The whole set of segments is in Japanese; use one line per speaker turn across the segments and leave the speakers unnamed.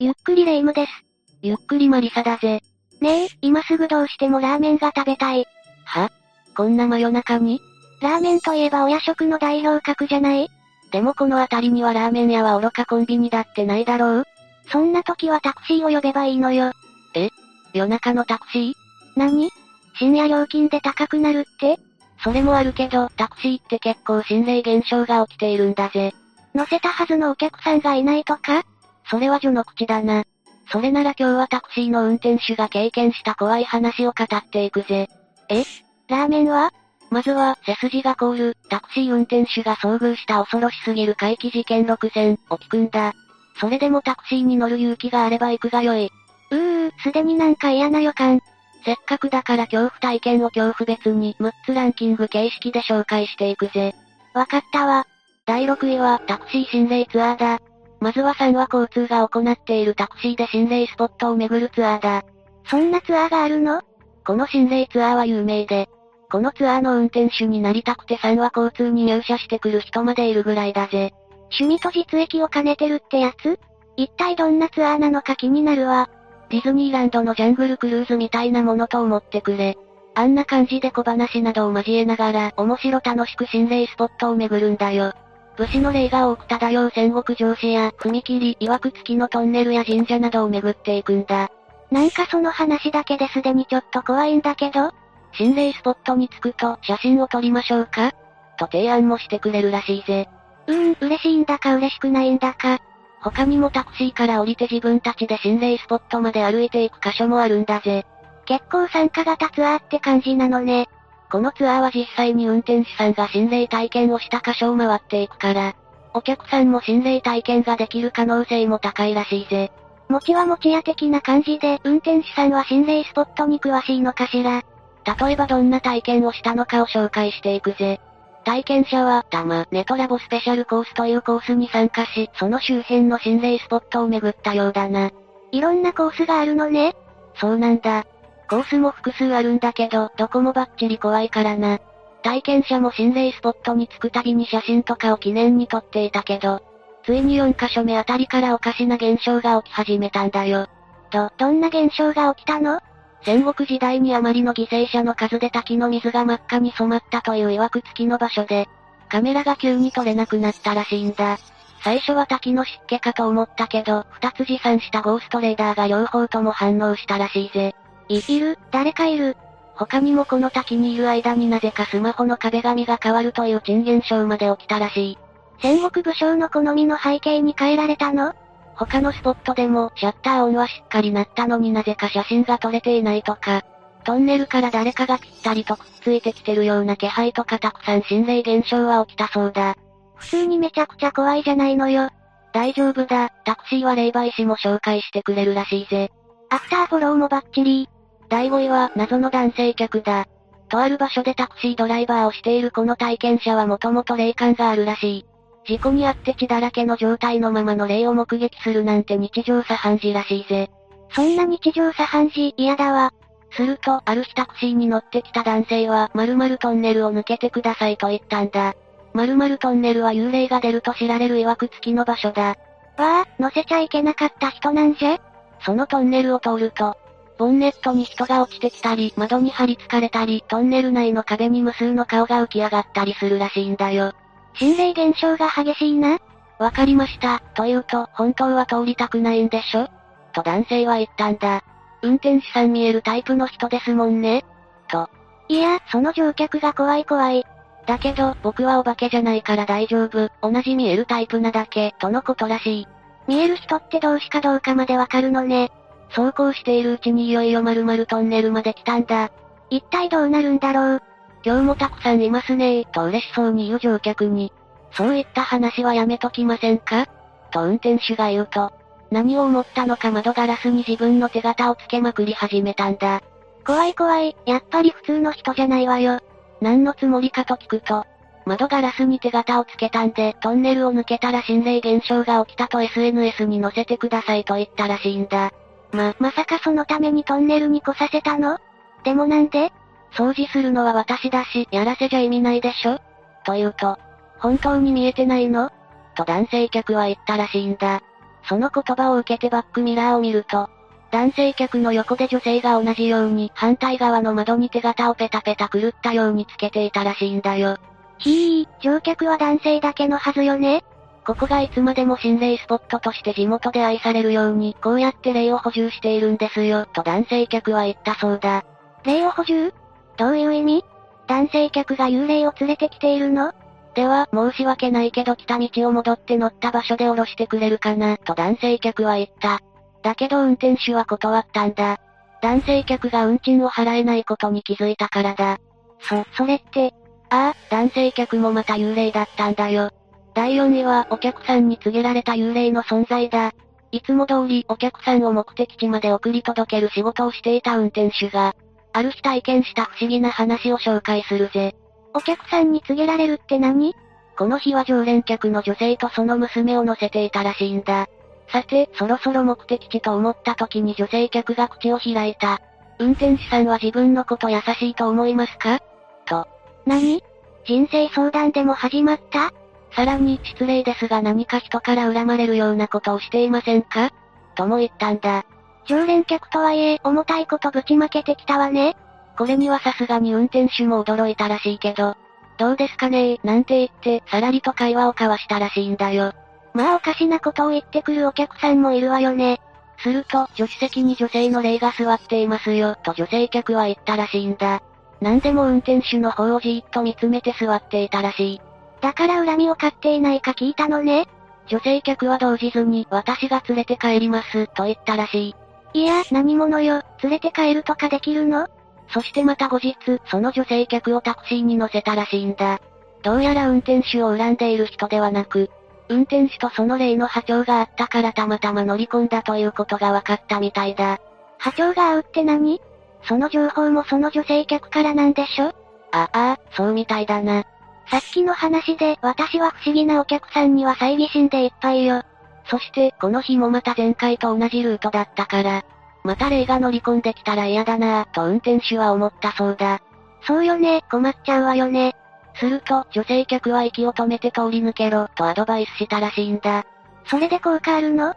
ゆっくりレ夢ムです。
ゆっくりマリサだぜ。
ねえ、今すぐどうしてもラーメンが食べたい。
はこんな真夜中に
ラーメンといえばお夜食の代表格じゃない
でもこの辺りにはラーメン屋は愚かコンビニだってないだろう
そんな時はタクシーを呼べばいいのよ。
夜中のタクシー
何深夜料金で高くなるって
それもあるけど、タクシーって結構心霊現象が起きているんだぜ。
乗せたはずのお客さんがいないとか
それは序の口だな。それなら今日はタクシーの運転手が経験した怖い話を語っていくぜ。
ラーメンは
まずは、背筋が凍る、タクシー運転手が遭遇した恐ろしすぎる怪奇事件6選、を聞くんだ。それでもタクシーに乗る勇気があれば行くがよい。
うーう、すでになんか嫌な予感。
せっかくだから恐怖体験を恐怖別に6つランキング形式で紹介していくぜ。
わかったわ。
第6位はタクシー心霊ツアーだ。まずは3は交通が行っているタクシーで心霊スポットを巡るツアーだ。
そんなツアーがあるの
この心霊ツアーは有名で、このツアーの運転手になりたくて3は交通に入社してくる人までいるぐらいだぜ。
趣味と実益を兼ねてるってやつ一体どんなツアーなのか気になるわ。
ディズニーランドのジャングルクルーズみたいなものと思ってくれ。あんな感じで小話などを交えながら、面白楽しく心霊スポットを巡るんだよ。武士の霊が多く漂う戦国城市や、踏切、曰く付きのトンネルや神社などを巡っていくんだ。
なんかその話だけですでにちょっと怖いんだけど、
心霊スポットに着くと、写真を撮りましょうかと提案もしてくれるらしいぜ。
うーん、嬉しいんだか嬉しくないんだか。
他にもタクシーから降りて自分たちで心霊スポットまで歩いていく箇所もあるんだぜ。
結構参加型ツアーって感じなのね。
このツアーは実際に運転手さんが心霊体験をした箇所を回っていくから、お客さんも心霊体験ができる可能性も高いらしいぜ。
餅は餅屋的な感じで、運転手さんは心霊スポットに詳しいのかしら。
例えばどんな体験をしたのかを紹介していくぜ。体験者は、たま、ネトラボスペシャルコースというコースに参加し、その周辺の心霊スポットを巡ったようだな。
いろんなコースがあるのね。
そうなんだ。コースも複数あるんだけど、どこもバッチリ怖いからな。体験者も心霊スポットに着くたびに写真とかを記念に撮っていたけど、ついに4カ所目あたりからおかしな現象が起き始めたんだよ。
ど、どんな現象が起きたの
戦国時代にあまりの犠牲者の数で滝の水が真っ赤に染まったという曰く付きの場所で、カメラが急に撮れなくなったらしいんだ。最初は滝の湿気かと思ったけど、二つ持参したゴーストレーダーが両方とも反応したらしいぜ。
いいる、誰かいる。
他にもこの滝にいる間になぜかスマホの壁紙が変わるという珍現象まで起きたらしい。
戦国武将の好みの背景に変えられたの
他のスポットでもシャッター音はしっかり鳴ったのになぜか写真が撮れていないとか、トンネルから誰かがぴったりとくっついてきてるような気配とかたくさん心霊現象は起きたそうだ。
普通にめちゃくちゃ怖いじゃないのよ。
大丈夫だ、タクシーは霊媒師も紹介してくれるらしいぜ。
アフターフォローもバッチリ。
第5位は謎の男性客だ。とある場所でタクシードライバーをしているこの体験者はもともと霊感があるらしい。事故に遭って血だらけの状態のままの霊を目撃するなんて日常茶飯事らしいぜ。
そんな日常茶飯事嫌だわ。
すると、ある日タクシーに乗ってきた男性は、〇〇トンネルを抜けてくださいと言ったんだ。〇〇トンネルは幽霊が出ると知られる曰く付きの場所だ。
わあ、乗せちゃいけなかった人なんじゃ
そのトンネルを通ると、ボンネットに人が落ちてきたり、窓に張り付かれたり、トンネル内の壁に無数の顔が浮き上がったりするらしいんだよ。
心霊現象が激しいな。
わかりました、と言うと、本当は通りたくないんでしょと男性は言ったんだ。運転手さん見えるタイプの人ですもんね。
いや、その乗客が怖い怖い。
だけど、僕はお化けじゃないから大丈夫、同じ見えるタイプなだけ、とのことらしい。
見える人って同志かどうかまでわかるのね。
走行しているうちにいよいよ〇〇トンネルまで来たんだ。
一体どうなるんだろう。
今日もたくさんいますねー、と嬉しそうに言う乗客に。そういった話はやめときませんかと運転手が言うと、何を思ったのか窓ガラスに自分の手形をつけまくり始めたんだ。
怖い怖い、やっぱり普通の人じゃないわよ。
何のつもりかと聞くと、窓ガラスに手形をつけたんで、トンネルを抜けたら心霊現象が起きたと SNS に載せてくださいと言ったらしいんだ。ま、
まさかそのためにトンネルに来させたのでもなんで
掃除するのは私だし、やらせじゃ意味ないでしょと言うと、本当に見えてないのと男性客は言ったらしいんだ。その言葉を受けてバックミラーを見ると、男性客の横で女性が同じように反対側の窓に手形をペタペタ狂ったようにつけていたらしいんだよ。
ひー、乗客は男性だけのはずよね
ここがいつまでも心霊スポットとして地元で愛されるように、こうやって霊を補充しているんですよ、と男性客は言ったそうだ。
霊を補充どういう意味男性客が幽霊を連れてきているの
では、申し訳ないけど来た道を戻って乗った場所で降ろしてくれるかな、と男性客は言った。だけど運転手は断ったんだ。男性客が運賃を払えないことに気づいたからだ。
そ、それって、
ああ、男性客もまた幽霊だったんだよ。第4位は、お客さんに告げられた幽霊の存在だ。いつも通り、お客さんを目的地まで送り届ける仕事をしていた運転手が、ある日体験した不思議な話を紹介するぜ。
お客さんに告げられるって何
この日は常連客の女性とその娘を乗せていたらしいんだ。さて、そろそろ目的地と思った時に女性客が口を開いた。運転手さんは自分のこと優しいと思いますか
何人生相談でも始まった
さらに、失礼ですが何か人から恨まれるようなことをしていませんかとも言ったんだ。
常連客とはいえ、重たいことぶちまけてきたわね。
これにはさすがに運転手も驚いたらしいけど、どうですかねーなんて言って、さらりと会話を交わしたらしいんだよ。
まあおかしなことを言ってくるお客さんもいるわよね。
すると、助手席に女性の霊が座っていますよ、と女性客は言ったらしいんだ。なんでも運転手の方をじーっと見つめて座っていたらしい。
だから恨みを買っていないか聞いたのね。
女性客は動じずに、私が連れて帰ります、と言ったらしい。
いや、何者よ、連れて帰るとかできるの
そしてまた後日、その女性客をタクシーに乗せたらしいんだ。どうやら運転手を恨んでいる人ではなく、運転手とその霊の波長があったからたまたま乗り込んだということが分かったみたいだ。
波長が合うって何その情報もその女性客からなんでしょ
ああ、そうみたいだな。
さっきの話で、私は不思議なお客さんには猜疑心でいっぱいよ。
そして、この日もまた前回と同じルートだったから、また霊が乗り込んできたら嫌だなぁ、と運転手は思ったそうだ。
そうよね、困っちゃうわよね。
すると、女性客は息を止めて通り抜けろ、とアドバイスしたらしいんだ。
それで効果あるの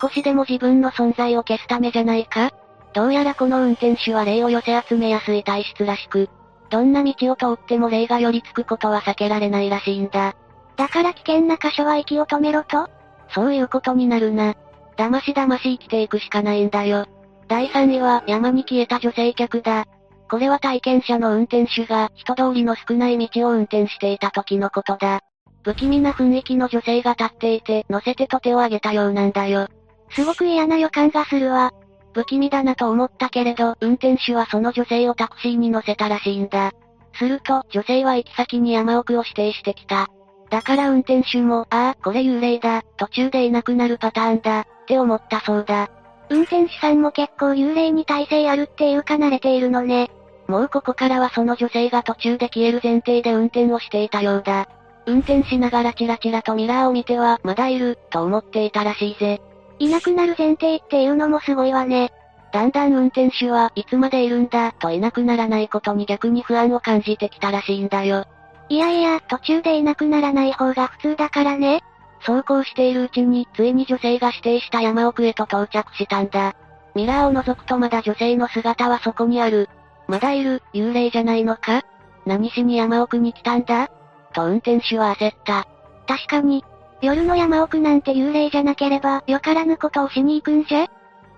少しでも自分の存在を消すためじゃないかどうやらこの運転手は霊を寄せ集めやすい体質らしく、どんな道を通っても霊が寄りつくことは避けられないらしいんだ。
だから危険な箇所は息を止めろと
そういうことになるな。だましだまし生きていくしかないんだよ。第3位は、山に消えた女性客だ。これは体験者の運転手が、人通りの少ない道を運転していた時のことだ。不気味な雰囲気の女性が立っていて、乗せてと手を挙げたようなんだよ。
すごく嫌な予感がするわ。
不気味だなと思ったけれど、運転手はその女性をタクシーに乗せたらしいんだ。すると、女性は行き先に山奥を指定してきた。だから運転手も、ああ、これ幽霊だ、途中でいなくなるパターンだ、って思ったそうだ。
運転手さんも結構幽霊に耐性あるっていうか慣れているのね。
もうここからはその女性が途中で消える前提で運転をしていたようだ。運転しながらチラチラとミラーを見ては、まだいる、と思っていたらしいぜ。
いなくなる前提っていうのもすごいわね。
だんだん運転手はいつまでいるんだ、といなくならないことに逆に不安を感じてきたらしいんだよ。
いやいや、途中でいなくならない方が普通だからね。
走行しているうちに、ついに女性が指定した山奥へと到着したんだ。ミラーを覗くとまだ女性の姿はそこにある。まだいる、幽霊じゃないのか何しに山奥に来たんだと運転手は焦った。
確かに。夜の山奥なんて幽霊じゃなければ、よからぬことをしに行くんじゃっ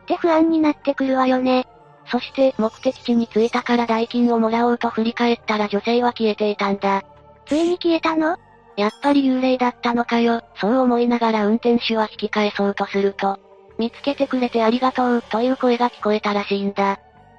て不安になってくるわよね。
そして、目的地に着いたから代金をもらおうと振り返ったら女性は消えていたんだ。
ついに消えたの
やっぱり幽霊だったのかよ、そう思いながら運転手は引き返そうとすると、見つけてくれてありがとう、という声が聞こえたらしいんだ。ん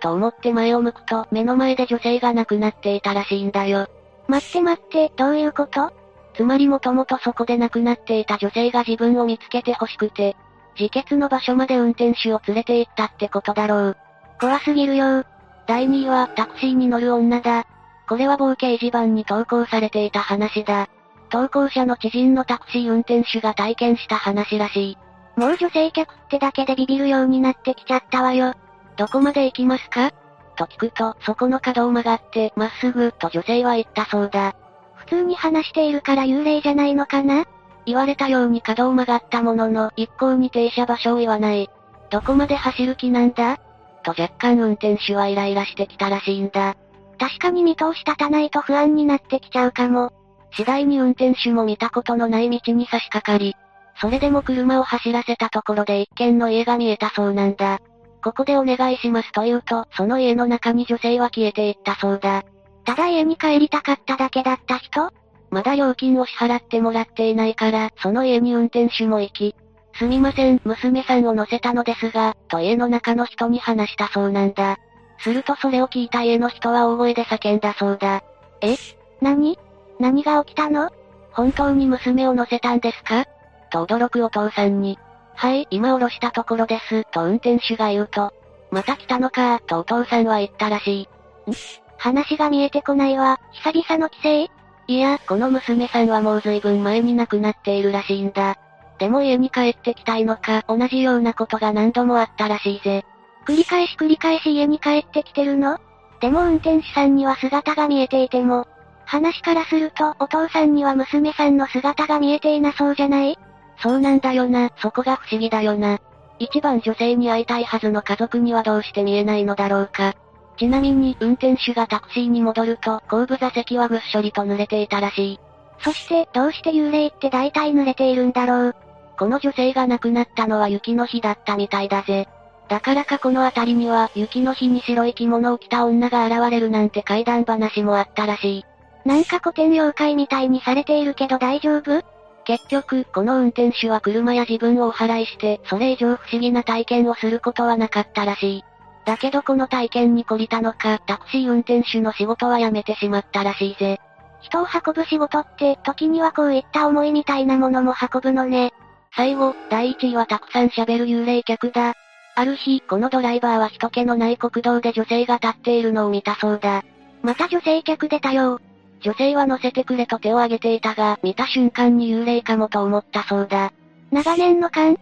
と思って前を向くと、目の前で女性が亡くなっていたらしいんだよ。
待って待って、どういうこと
つまりもともとそこで亡くなっていた女性が自分を見つけて欲しくて、自決の場所まで運転手を連れて行ったってことだろう。
怖すぎるよ。
第2位は、タクシーに乗る女だ。これは某掲示板に投稿されていた話だ。投稿者の知人のタクシー運転手が体験した話らしい。
もう女性客ってだけでビビるようになってきちゃったわよ。
どこまで行きますかと聞くと、そこの角を曲がって、まっすぐ、と女性は言ったそうだ。
普通に話しているから幽霊じゃないのかな
言われたように角を曲がったものの、一向に停車場所を言わない。どこまで走る気なんだと若干運転手はイライラしてきたらしいんだ。
確かに見通し立たないと不安になってきちゃうかも。
次第に運転手も見たことのない道に差し掛かり、それでも車を走らせたところで一軒の家が見えたそうなんだ。ここでお願いしますと言うと、その家の中に女性は消えていったそうだ。
ただ家に帰りたかっただけだった人
まだ料金を支払ってもらっていないから、その家に運転手も行き、すみません、娘さんを乗せたのですが、と家の中の人に話したそうなんだ。するとそれを聞いた家の人は大声で叫んだそうだ。
え何何が起きたの
本当に娘を乗せたんですかと驚くお父さんに。はい、今降ろしたところです、と運転手が言うと。また来たのかとお父さんは言ったらし
い。ん話が見えてこないわ、久々の帰省
いや、この娘さんはもう随分前に亡くなっているらしいんだ。でも家に帰ってきたいのか、同じようなことが何度もあったらしいぜ。
繰り返し繰り返し家に帰ってきてるのでも運転手さんには姿が見えていても、話からするとお父さんには娘さんの姿が見えていなそうじゃない
そうなんだよな、そこが不思議だよな。一番女性に会いたいはずの家族にはどうして見えないのだろうか。ちなみに、運転手がタクシーに戻ると、後部座席はぐっしょりと濡れていたらしい。
そして、どうして幽霊って大体濡れているんだろう。
この女性が亡くなったのは雪の日だったみたいだぜ。だからかこの辺りには、雪の日に白い着物を着た女が現れるなんて怪談話もあったらしい。
なんか古典妖怪みたいにされているけど大丈夫
結局、この運転手は車や自分をお祓いして、それ以上不思議な体験をすることはなかったらしい。だけどこの体験に懲りたのか、タクシー運転手の仕事は辞めてしまったらしいぜ。
人を運ぶ仕事って、時にはこういった思いみたいなものも運ぶのね。
最後、第1位はたくさん喋る幽霊客だ。ある日、このドライバーは人気のない国道で女性が立っているのを見たそうだ。
また女性客出たよ。
女性は乗せてくれと手を挙げていたが、見た瞬間に幽霊かもと思ったそうだ。
長年の勘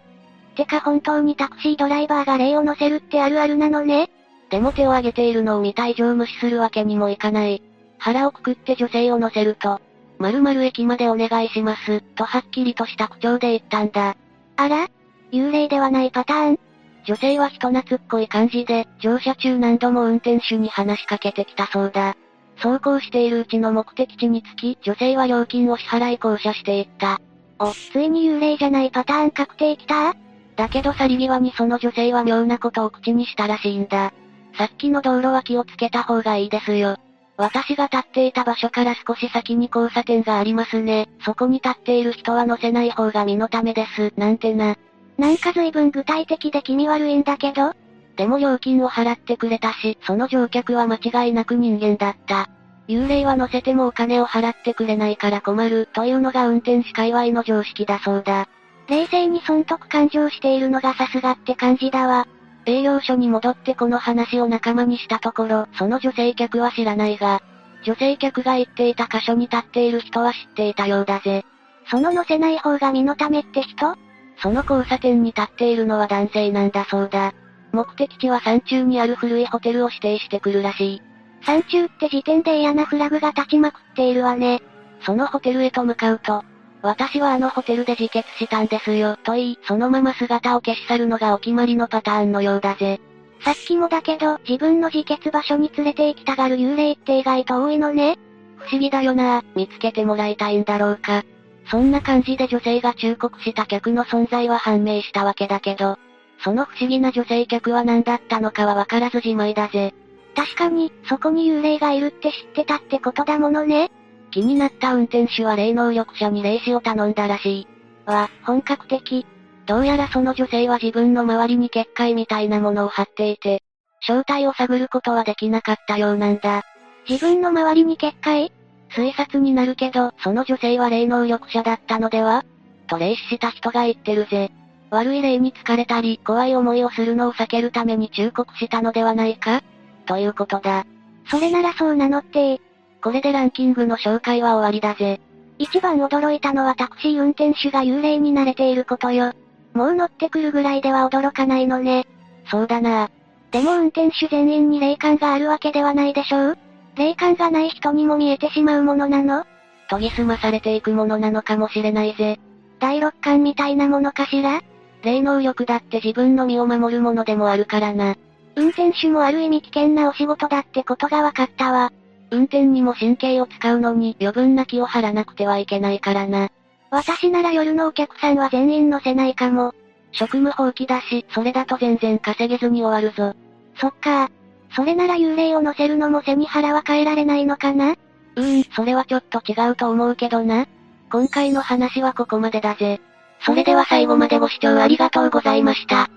てか本当にタクシードライバーが霊を乗せるってあるあるなのね。
でも手を挙げているのを見た以上無視するわけにもいかない。腹をくくって女性を乗せると、〇〇駅までお願いします、とはっきりとした口調で言ったんだ。
あら幽霊ではないパターン
女性は人懐っこい感じで、乗車中何度も運転手に話しかけてきたそうだ。走行しているうちの目的地につき、女性は料金を支払い降車していった。
お、ついに幽霊じゃないパターン確定きた
だけど去り際にその女性は妙なことを口にしたらしいんだ。さっきの道路は気をつけた方がいいですよ。私が立っていた場所から少し先に交差点がありますね。そこに立っている人は乗せない方が身のためです。なんてな。
なんか随分具体的で気味悪いんだけど、
でも料金を払ってくれたし、その乗客は間違いなく人間だった。幽霊は乗せてもお金を払ってくれないから困るというのが運転手界隈の常識だそうだ。
冷静に損得感情しているのがさすがって感じだわ。
営業所に戻ってこの話を仲間にしたところ、その女性客は知らないが、女性客が言っていた箇所に立っている人は知っていたようだぜ。
その乗せない方が身のためって人
その交差点に立っているのは男性なんだそうだ。目的地は山中にある古いホテルを指定してくるらしい。
山中って時点で嫌なフラグが立ちまくっているわね。
そのホテルへと向かうと、私はあのホテルで自決したんですよ、と言い、そのまま姿を消し去るのがお決まりのパターンのようだぜ。
さっきもだけど、自分の自決場所に連れて行きたがる幽霊って意外と多いのね。
不思議だよな見つけてもらいたいんだろうか。そんな感じで女性が忠告した客の存在は判明したわけだけど、その不思議な女性客は何だったのかはわからずじまいだぜ。
確かに、そこに幽霊がいるって知ってたってことだものね。
気になった運転手は霊能力者に霊視を頼んだらしい。
わ、本格的。
どうやらその女性は自分の周りに結界みたいなものを貼っていて、正体を探ることはできなかったようなんだ。
自分の周りに結界
推察になるけど、その女性は霊能力者だったのではと霊視した人が言ってるぜ。悪い霊に疲れたり、怖い思いをするのを避けるために忠告したのではないかということだ。
それならそうなのって
これでランキングの紹介は終わりだぜ。
一番驚いたのはタクシー運転手が幽霊に慣れていることよ。もう乗ってくるぐらいでは驚かないのね。
そうだな。
でも運転手全員に霊感があるわけではないでしょう霊感がない人にも見えてしまうものなの
研ぎ澄まされていくものなのかもしれないぜ。
第六感みたいなものかしら
霊能力だって自分の身を守るものでもあるからな。
運転手もある意味危険なお仕事だってことが分かったわ。
運転にも神経を使うのに余分な気を張らなくてはいけないからな。
私なら夜のお客さんは全員乗せないかも。
職務放棄だし、それだと全然稼げずに終わるぞ。
そっか。それなら幽霊を乗せるのも背に腹は変えられないのかな
うーん、それはちょっと違うと思うけどな。今回の話はここまでだぜ。それでは最後までご視聴ありがとうございました。